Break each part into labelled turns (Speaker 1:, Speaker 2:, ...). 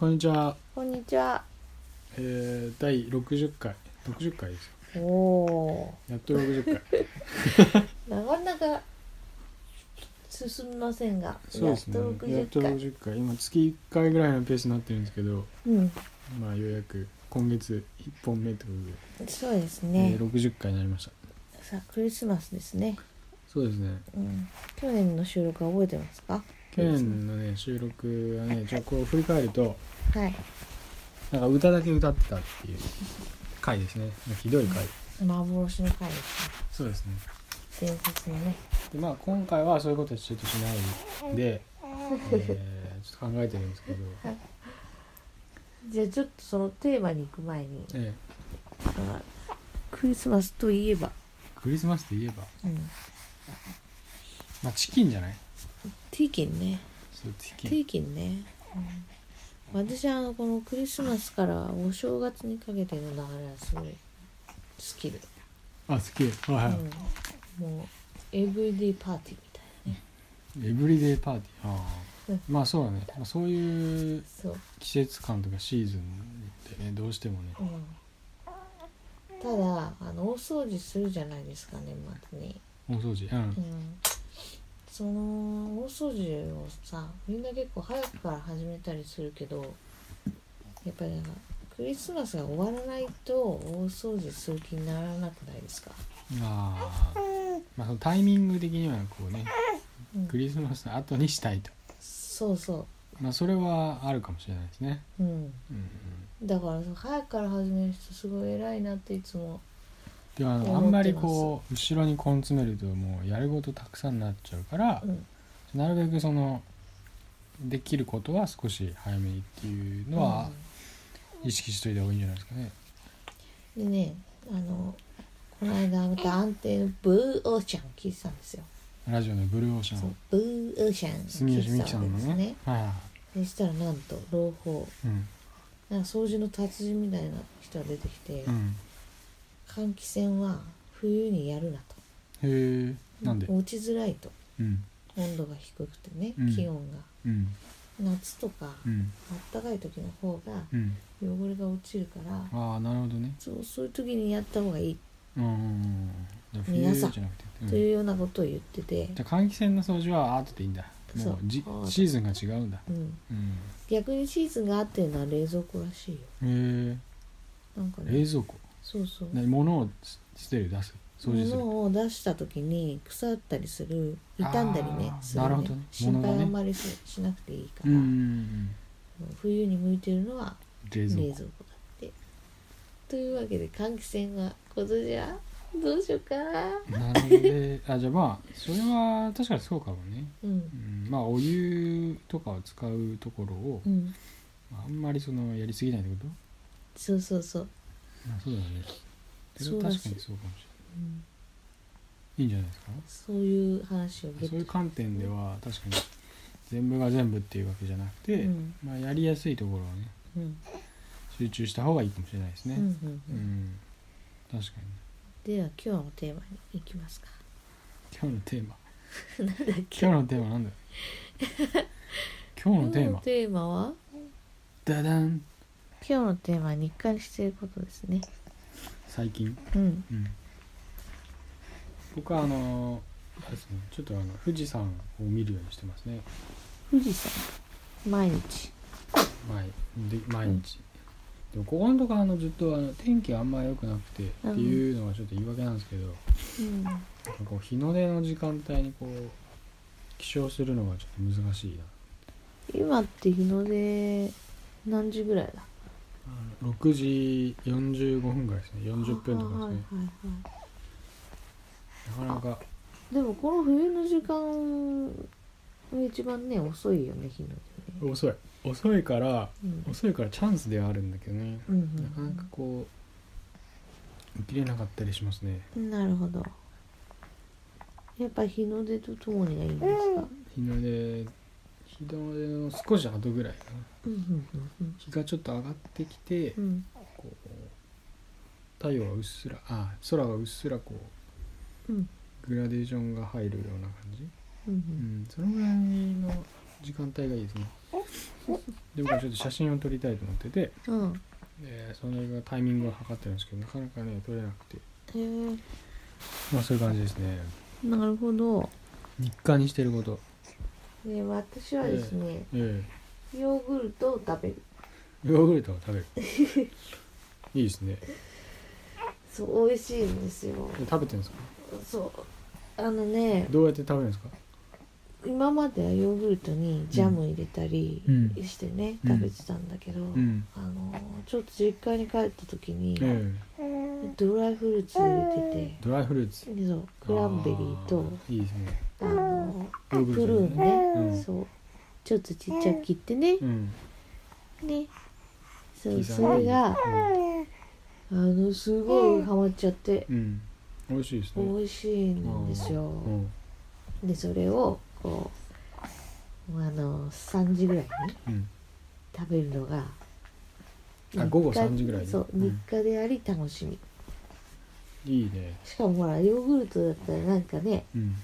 Speaker 1: こんにちは、
Speaker 2: こんにちは。
Speaker 1: えー、第60回60回ですよ
Speaker 2: おお
Speaker 1: やっと60回
Speaker 2: ー。なかなか進みませんが、
Speaker 1: そうですね
Speaker 2: やっと
Speaker 1: やっと
Speaker 2: 60回。
Speaker 1: 60回今月1回ぐらいのペースになってるんですけど
Speaker 2: うん、
Speaker 1: まあようやく今月1本目というこ
Speaker 2: そうです
Speaker 1: とで、
Speaker 2: ね
Speaker 1: え。ー60回になりました
Speaker 2: さあクリスマスですね。
Speaker 1: そうですね
Speaker 2: うん。去年の収録は覚えてますか？
Speaker 1: 去年のね収録はねちょっとこう振り返ると
Speaker 2: はい。
Speaker 1: なんか歌だけ歌ってたっていう回ですねひどい回
Speaker 2: 幻の回ですね。
Speaker 1: そうですね
Speaker 2: 伝説のね。
Speaker 1: でまあ今回はそういうことはちょっとしない で、えー、ちょっと考えてるんですけど、
Speaker 2: じゃあちょっとそのテーマに行く前に、
Speaker 1: え
Speaker 2: あクリスマスといえば、
Speaker 1: ークリスマスといえば、
Speaker 2: うん、
Speaker 1: まあ、チキンじゃない
Speaker 2: ティーキンね。
Speaker 1: そうチ
Speaker 2: テ
Speaker 1: キン
Speaker 2: ィーキンね。うん、私はあのこのクリスマスからお正月にかけての流れはすごい好きで。
Speaker 1: あ好きはいは
Speaker 2: うん、もうエブリデイパーティーみたいなね
Speaker 1: い、エブリデイパーティーあー
Speaker 2: うん
Speaker 1: まあそうだね、まあ、そういう
Speaker 2: そう、
Speaker 1: 季節感とかシーズンってねどうしてもね
Speaker 2: うん、ただあの大掃除するじゃないですか年末に、
Speaker 1: 大掃除うん
Speaker 2: うん、その大掃除をさみんな結構早くから始めたりするけどやっぱりなんかクリスマスが終わらないと大掃除する気にならなくないですか、
Speaker 1: あーまあそのタイミング的にはこうね
Speaker 2: うん
Speaker 1: クリスマスの後にしたいと
Speaker 2: そうそ
Speaker 1: まあそれはあるかもしれないですね
Speaker 2: ううん
Speaker 1: うんうん
Speaker 2: だからその早くから始める人すごい偉いなっていつも
Speaker 1: でもあのあ
Speaker 2: 思ってます
Speaker 1: んまりこう後ろに根詰めるともうやることたくさんになっちゃうから
Speaker 2: う、ん
Speaker 1: なるべくそのできることは少し早めにっていうのは意識しといた方がいいんじゃないですかね。
Speaker 2: でねあのこの間また安定のブーオーシャン聞いてたんですよ、
Speaker 1: ラジオのブルーオーシャ
Speaker 2: そう
Speaker 1: ン
Speaker 2: ブーオーシャン聞
Speaker 1: 住
Speaker 2: い
Speaker 1: 吉美紀
Speaker 2: てた
Speaker 1: さ
Speaker 2: わけ
Speaker 1: ん
Speaker 2: で
Speaker 1: の
Speaker 2: す
Speaker 1: ね
Speaker 2: ね
Speaker 1: はいはいは
Speaker 2: でしたらなんと朗報
Speaker 1: いうん
Speaker 2: なんか掃除の達人みたいな人が出てきて、
Speaker 1: うん
Speaker 2: 換気扇は冬にやるなと
Speaker 1: へえなんで
Speaker 2: 落ちづらいと
Speaker 1: うん
Speaker 2: 温度が低くてね、
Speaker 1: うん
Speaker 2: 気温が
Speaker 1: うん
Speaker 2: 夏とか、
Speaker 1: うん
Speaker 2: あったかい時の方が
Speaker 1: うん
Speaker 2: 汚れが落ちるから、
Speaker 1: ああなるほどね
Speaker 2: そうそういう時にやった方がいい
Speaker 1: うんうんうんじゃあ冬
Speaker 2: 皆
Speaker 1: じゃ
Speaker 2: さ
Speaker 1: なんくて、うん
Speaker 2: というようなことを言ってて、
Speaker 1: じゃあ換気扇の掃除はあーっていいんだもうじ
Speaker 2: そう
Speaker 1: シーズンが違うんだ
Speaker 2: うん、
Speaker 1: うん
Speaker 2: 逆にシーズンがあってるのは冷蔵庫らしいよ
Speaker 1: へ
Speaker 2: なんか
Speaker 1: え
Speaker 2: ね
Speaker 1: 冷蔵庫
Speaker 2: そうそう
Speaker 1: 何物をす捨てる出す掃除する
Speaker 2: 物を出した時に腐ったりする傷んだりね
Speaker 1: あー
Speaker 2: する
Speaker 1: なるほどね
Speaker 2: 心
Speaker 1: 物が
Speaker 2: 配
Speaker 1: ね
Speaker 2: あんまりししなくていいか
Speaker 1: うん
Speaker 2: ら、
Speaker 1: うんうん
Speaker 2: 冬に向いてるのは
Speaker 1: 冷
Speaker 2: 冷
Speaker 1: 蔵
Speaker 2: 蔵
Speaker 1: 庫
Speaker 2: 庫だってというわけで換気扇は今年はどうしようかな
Speaker 1: なるほどねあじゃあまあそれは確かにそうかもね、
Speaker 2: う
Speaker 1: うんん、まあお湯とかを使うところを
Speaker 2: うん
Speaker 1: あんまりそのやりすぎないってこと、
Speaker 2: そうそうそう、
Speaker 1: まあ、そうだねそれ
Speaker 2: そう
Speaker 1: は
Speaker 2: ら
Speaker 1: 確
Speaker 2: し
Speaker 1: か
Speaker 2: い
Speaker 1: にそうかもし
Speaker 2: う
Speaker 1: れ
Speaker 2: ん、
Speaker 1: ないいいんじゃないですか
Speaker 2: そういう話をゲッ
Speaker 1: そ
Speaker 2: ト
Speaker 1: ういう観点では確かに全部が全部っていうわけじゃなくて、
Speaker 2: うん
Speaker 1: まあ、やりやすいところはね
Speaker 2: うん
Speaker 1: 集中した方がいいかもしれないです
Speaker 2: うん
Speaker 1: ね
Speaker 2: う、ん
Speaker 1: う
Speaker 2: うんん、
Speaker 1: 確かに
Speaker 2: では今日のテーマに行きますか
Speaker 1: 今日のテーマ
Speaker 2: なんだっけ
Speaker 1: 今日のテーマなん だよ今日のテー
Speaker 2: 今日
Speaker 1: マ
Speaker 2: のテーマは
Speaker 1: ダダン
Speaker 2: 今日のテーマは日課にしていることですね
Speaker 1: 最近
Speaker 2: うん
Speaker 1: うん、僕はあのあれですねちょっとあの富士山を見るようにしてますね
Speaker 2: 富士山毎日
Speaker 1: 毎で毎日、でもここのとこあのずっとあの天気あんま良くなくてって
Speaker 2: うん
Speaker 1: いうのがちょっと言い訳なんですけど、
Speaker 2: うん
Speaker 1: なんかこう日の出の時間帯にこう起床するのがちょっと難しいな
Speaker 2: 今って日の出何時ぐらいだ
Speaker 1: あの6時45分ぐらいですね40分とか
Speaker 2: はいは
Speaker 1: で
Speaker 2: い
Speaker 1: すね
Speaker 2: はい
Speaker 1: なかなか
Speaker 2: でもこの冬の時間が一番ね遅いよね日の出ね
Speaker 1: 遅い遅いから
Speaker 2: うん
Speaker 1: 遅いからチャンスではあるんだけどね
Speaker 2: うん
Speaker 1: なかなかこう起きれなかったりしますね
Speaker 2: うんなるほどやっぱ日の出とともにがいいんですか
Speaker 1: 日の出日の出の少し後ぐらいかな
Speaker 2: うんうんうん
Speaker 1: 日がちょっと上がってきて
Speaker 2: うんうん
Speaker 1: こう太陽がうっすらあ空がうっすらこう、
Speaker 2: うん
Speaker 1: グラデーションが入るような感じ、
Speaker 2: う
Speaker 1: うんん、そのぐらいの時間帯がいいですねで僕はちょっと写真を撮りたいと思ってて
Speaker 2: うんへ
Speaker 1: でそれがタイミングを測ってるんですけどなかなかね撮れなくて
Speaker 2: え
Speaker 1: まあそういう感じですね
Speaker 2: なるほど
Speaker 1: 日課にしてること
Speaker 2: で私はですね、
Speaker 1: え
Speaker 2: ヨーグルトを食べる
Speaker 1: えヨーグルトを食べるいいですね
Speaker 2: そう美味しいんですよ
Speaker 1: で食べてるんですか
Speaker 2: そうあのね
Speaker 1: どうやって食べるんですか
Speaker 2: 今まではヨーグルトにジャム入れたり
Speaker 1: うん
Speaker 2: してね、
Speaker 1: うん
Speaker 2: 食べてたんだけど、
Speaker 1: うん
Speaker 2: あのちょっと実家に帰った時に、
Speaker 1: え
Speaker 2: ドライフルーツ入れて
Speaker 1: えドライフルーツ
Speaker 2: てそうクランベリーと
Speaker 1: あーいいですね
Speaker 2: あの
Speaker 1: ヨー
Speaker 2: プ
Speaker 1: グル
Speaker 2: ル
Speaker 1: ト
Speaker 2: ーンね、
Speaker 1: うん
Speaker 2: そうちょっとちっちゃく切ってね、
Speaker 1: うん
Speaker 2: ね
Speaker 1: 刻
Speaker 2: そ
Speaker 1: ん
Speaker 2: う
Speaker 1: で
Speaker 2: それがあのすごいハマっちゃって
Speaker 1: うん、うん、美味しいです
Speaker 2: 美
Speaker 1: ね
Speaker 2: 味しいんですよ、
Speaker 1: うん
Speaker 2: でそれをこうあの3時ぐらいに
Speaker 1: うん
Speaker 2: 食べるのが
Speaker 1: あ
Speaker 2: 日課
Speaker 1: 午後3時ぐらいに
Speaker 2: そう
Speaker 1: うん
Speaker 2: 日課であり楽しみ、
Speaker 1: いいね
Speaker 2: しかもほらヨーグルトだったらなんかね
Speaker 1: うん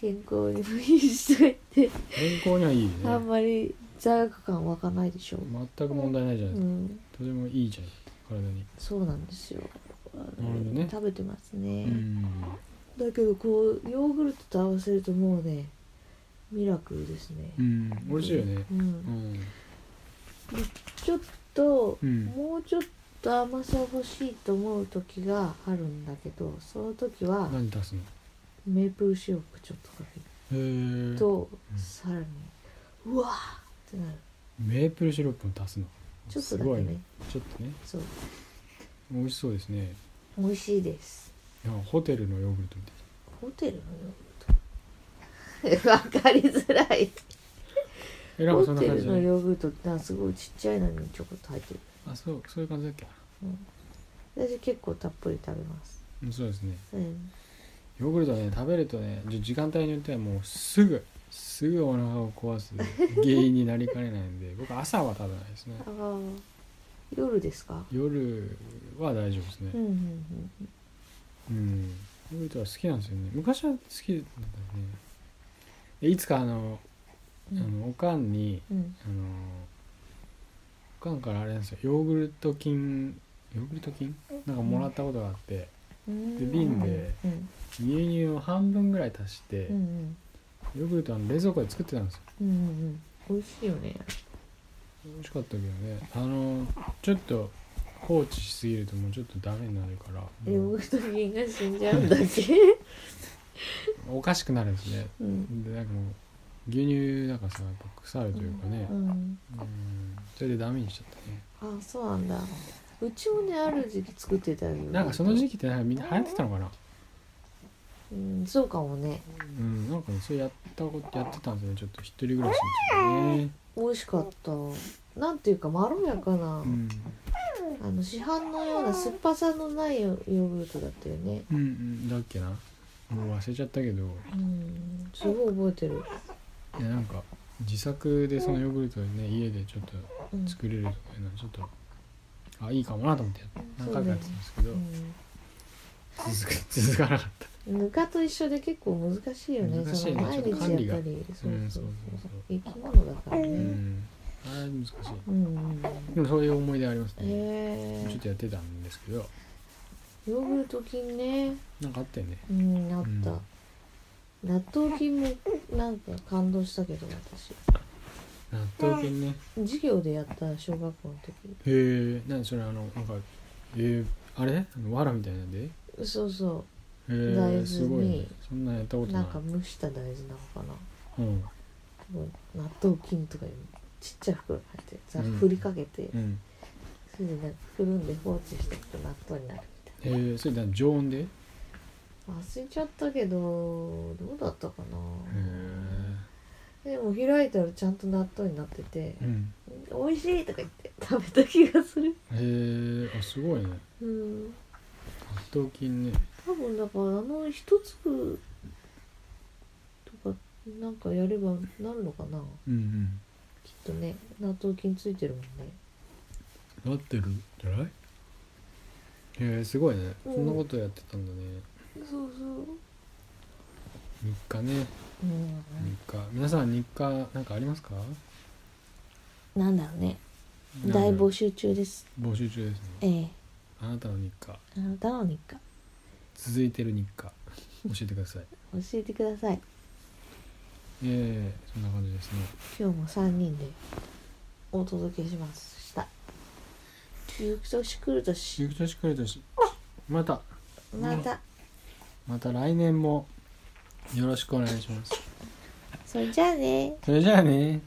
Speaker 2: 健康にもいいしといって、
Speaker 1: 健康にはいいね
Speaker 2: あんまり罪悪感湧かないでしょ
Speaker 1: 全く問題ないじゃ
Speaker 2: う
Speaker 1: ないですか、
Speaker 2: ん
Speaker 1: とてもいいじゃん体に
Speaker 2: そうなんですよあの
Speaker 1: なるほどね
Speaker 2: 食べてますね、
Speaker 1: うん
Speaker 2: だけどこうヨーグルトと合わせるともうねミラクルですね、
Speaker 1: うん美味しいよね
Speaker 2: う、
Speaker 1: うんん
Speaker 2: ちょっと、
Speaker 1: うん
Speaker 2: もうちょっと甘さ欲しいと思う時があるんだけどその時は
Speaker 1: 何足すの
Speaker 2: メープルシロップちょっとかける
Speaker 1: へー
Speaker 2: と、
Speaker 1: うん
Speaker 2: さらにうわーってなる
Speaker 1: メープルシロップも足すの
Speaker 2: ちょっと
Speaker 1: す
Speaker 2: だ
Speaker 1: ご
Speaker 2: け
Speaker 1: い
Speaker 2: ね
Speaker 1: ちょっとね
Speaker 2: そう
Speaker 1: 美味しそうですね
Speaker 2: 美味しいです
Speaker 1: なんかホテルのヨーグルトみたい
Speaker 2: ホテルのヨーグルト わかりづらい
Speaker 1: えなんかそ
Speaker 2: ホ
Speaker 1: んな
Speaker 2: テ
Speaker 1: 感じじ
Speaker 2: ル
Speaker 1: ゃ
Speaker 2: の
Speaker 1: ない
Speaker 2: ヨーグルトってなんかすごいちっちゃいのにちょこっと入ってる
Speaker 1: あそうそういう感じだっけ
Speaker 2: 私結構たっぷり食べます
Speaker 1: うんそうですね
Speaker 2: うん
Speaker 1: ヨーグルトね食べるとねじ時間帯によってはもうすぐすぐお腹を壊 す原因になりかねないんで僕朝は食べないですね
Speaker 2: あー夜ですか
Speaker 1: 夜は大丈夫です
Speaker 2: う
Speaker 1: ね
Speaker 2: んうんう
Speaker 1: う
Speaker 2: ん
Speaker 1: んヨーグルトは好きなんですよね昔は好きなんだよねでいつかあの,、
Speaker 2: う
Speaker 1: あ
Speaker 2: ん
Speaker 1: のおかんに
Speaker 2: うん
Speaker 1: あのおかんからあれなんですよヨーグルト菌ヨーグルト菌なんかもらったことがあって
Speaker 2: うん
Speaker 1: で瓶で
Speaker 2: うん
Speaker 1: 牛乳を半分ぐらい足して
Speaker 2: うんうん
Speaker 1: ヨーグルトあの冷蔵庫で作ってたんですよ
Speaker 2: うんうん美味しいよね
Speaker 1: 美味しかったけどねあのちょっと放置しすぎるともうちょっとダメになるから
Speaker 2: ヨー
Speaker 1: も
Speaker 2: グ
Speaker 1: う
Speaker 2: ルト菌が死んじゃうんだっけ
Speaker 1: おかしくなるんですね
Speaker 2: うん
Speaker 1: でなんかもう牛乳なんかさやっぱ腐るというかね
Speaker 2: うん
Speaker 1: うんそれでダメにしちゃったね
Speaker 2: あそうなんだうちもねある時期作ってたよ
Speaker 1: なんかその時期ってなんかみんな流行ってたのかな
Speaker 2: うんそうかもね
Speaker 1: うんなんかねそれやったことやってたんですよねちょっと一人暮らしの時にね
Speaker 2: 美味しかったなんていうかまろやかな
Speaker 1: うん
Speaker 2: あの市販のような酸っぱさのないヨーグルトだったよね
Speaker 1: うんうんだっけなもう忘れちゃったけど
Speaker 2: うんすごい覚えてる、
Speaker 1: いやなんか自作でそのヨーグルトをね家でちょっと
Speaker 2: うん
Speaker 1: 作れるとかいうのはちょっとあいいかもなと思って何回かやってたんですけど、続く続かなかった
Speaker 2: うんぬかと一緒で結構難しいよね
Speaker 1: 難しいね
Speaker 2: その毎
Speaker 1: ちょっと管
Speaker 2: 日
Speaker 1: 理が
Speaker 2: やっぱりそう
Speaker 1: うん
Speaker 2: そ
Speaker 1: そうう
Speaker 2: そ
Speaker 1: そうう
Speaker 2: 生き物だからね
Speaker 1: う
Speaker 2: うん
Speaker 1: んあれ難しい
Speaker 2: うん
Speaker 1: でもそういう思い出あります
Speaker 2: へ
Speaker 1: ね
Speaker 2: え
Speaker 1: ちょっとやってたんですけど
Speaker 2: ヨーグルト菌ね
Speaker 1: なんかあったよね
Speaker 2: うんなっ
Speaker 1: うん
Speaker 2: た納豆菌もなんか感動したけど私
Speaker 1: 納豆菌ね
Speaker 2: 授業でやった小学校の
Speaker 1: へえ何それあのなんかえー、あれあの藁みたいなんでへ
Speaker 2: 時そうそ
Speaker 1: え
Speaker 2: 大豆に
Speaker 1: すごいねそんなんやったこ
Speaker 2: う
Speaker 1: とな
Speaker 2: ないんか蒸した大豆なのかな
Speaker 1: うん
Speaker 2: すごい納豆菌とかいうちっちゃい袋に入ってさ
Speaker 1: うん
Speaker 2: 振りかけて、
Speaker 1: うん
Speaker 2: それでなんかくるんで放置していくと納豆になるみ
Speaker 1: えー、それ何常温でへ
Speaker 2: たいな忘れちゃったけどどうだったか
Speaker 1: え
Speaker 2: なでも開いたらちゃんと納豆になってて
Speaker 1: うん
Speaker 2: 「美味しい!」とか言って食べた気がする
Speaker 1: へえあすごいね納
Speaker 2: うん
Speaker 1: 豆菌ね
Speaker 2: 多分だからあの一粒とかなんかやればなるのかな
Speaker 1: うんうん
Speaker 2: きっとね納豆菌ついてるもんね
Speaker 1: なってるんじゃないへえすごいねそ
Speaker 2: うん
Speaker 1: んなことやってたんだね
Speaker 2: そうそう
Speaker 1: 日課ね
Speaker 2: うん
Speaker 1: 日課皆さん日課なんかありますか
Speaker 2: なんだろうね
Speaker 1: なんだろ
Speaker 2: 大
Speaker 1: う
Speaker 2: 募集中です
Speaker 1: 募集中ですね
Speaker 2: ええ
Speaker 1: あなたの日課
Speaker 2: あなたの日課
Speaker 1: 続いてる日課教えてください
Speaker 2: 教えてください
Speaker 1: ええそんな感じですね
Speaker 2: 今日も3人でお届けしましたゆく年来る年
Speaker 1: ゆく年くる年また
Speaker 2: また
Speaker 1: また来年もよろしくお願いします
Speaker 2: それじゃあね
Speaker 1: それじゃあね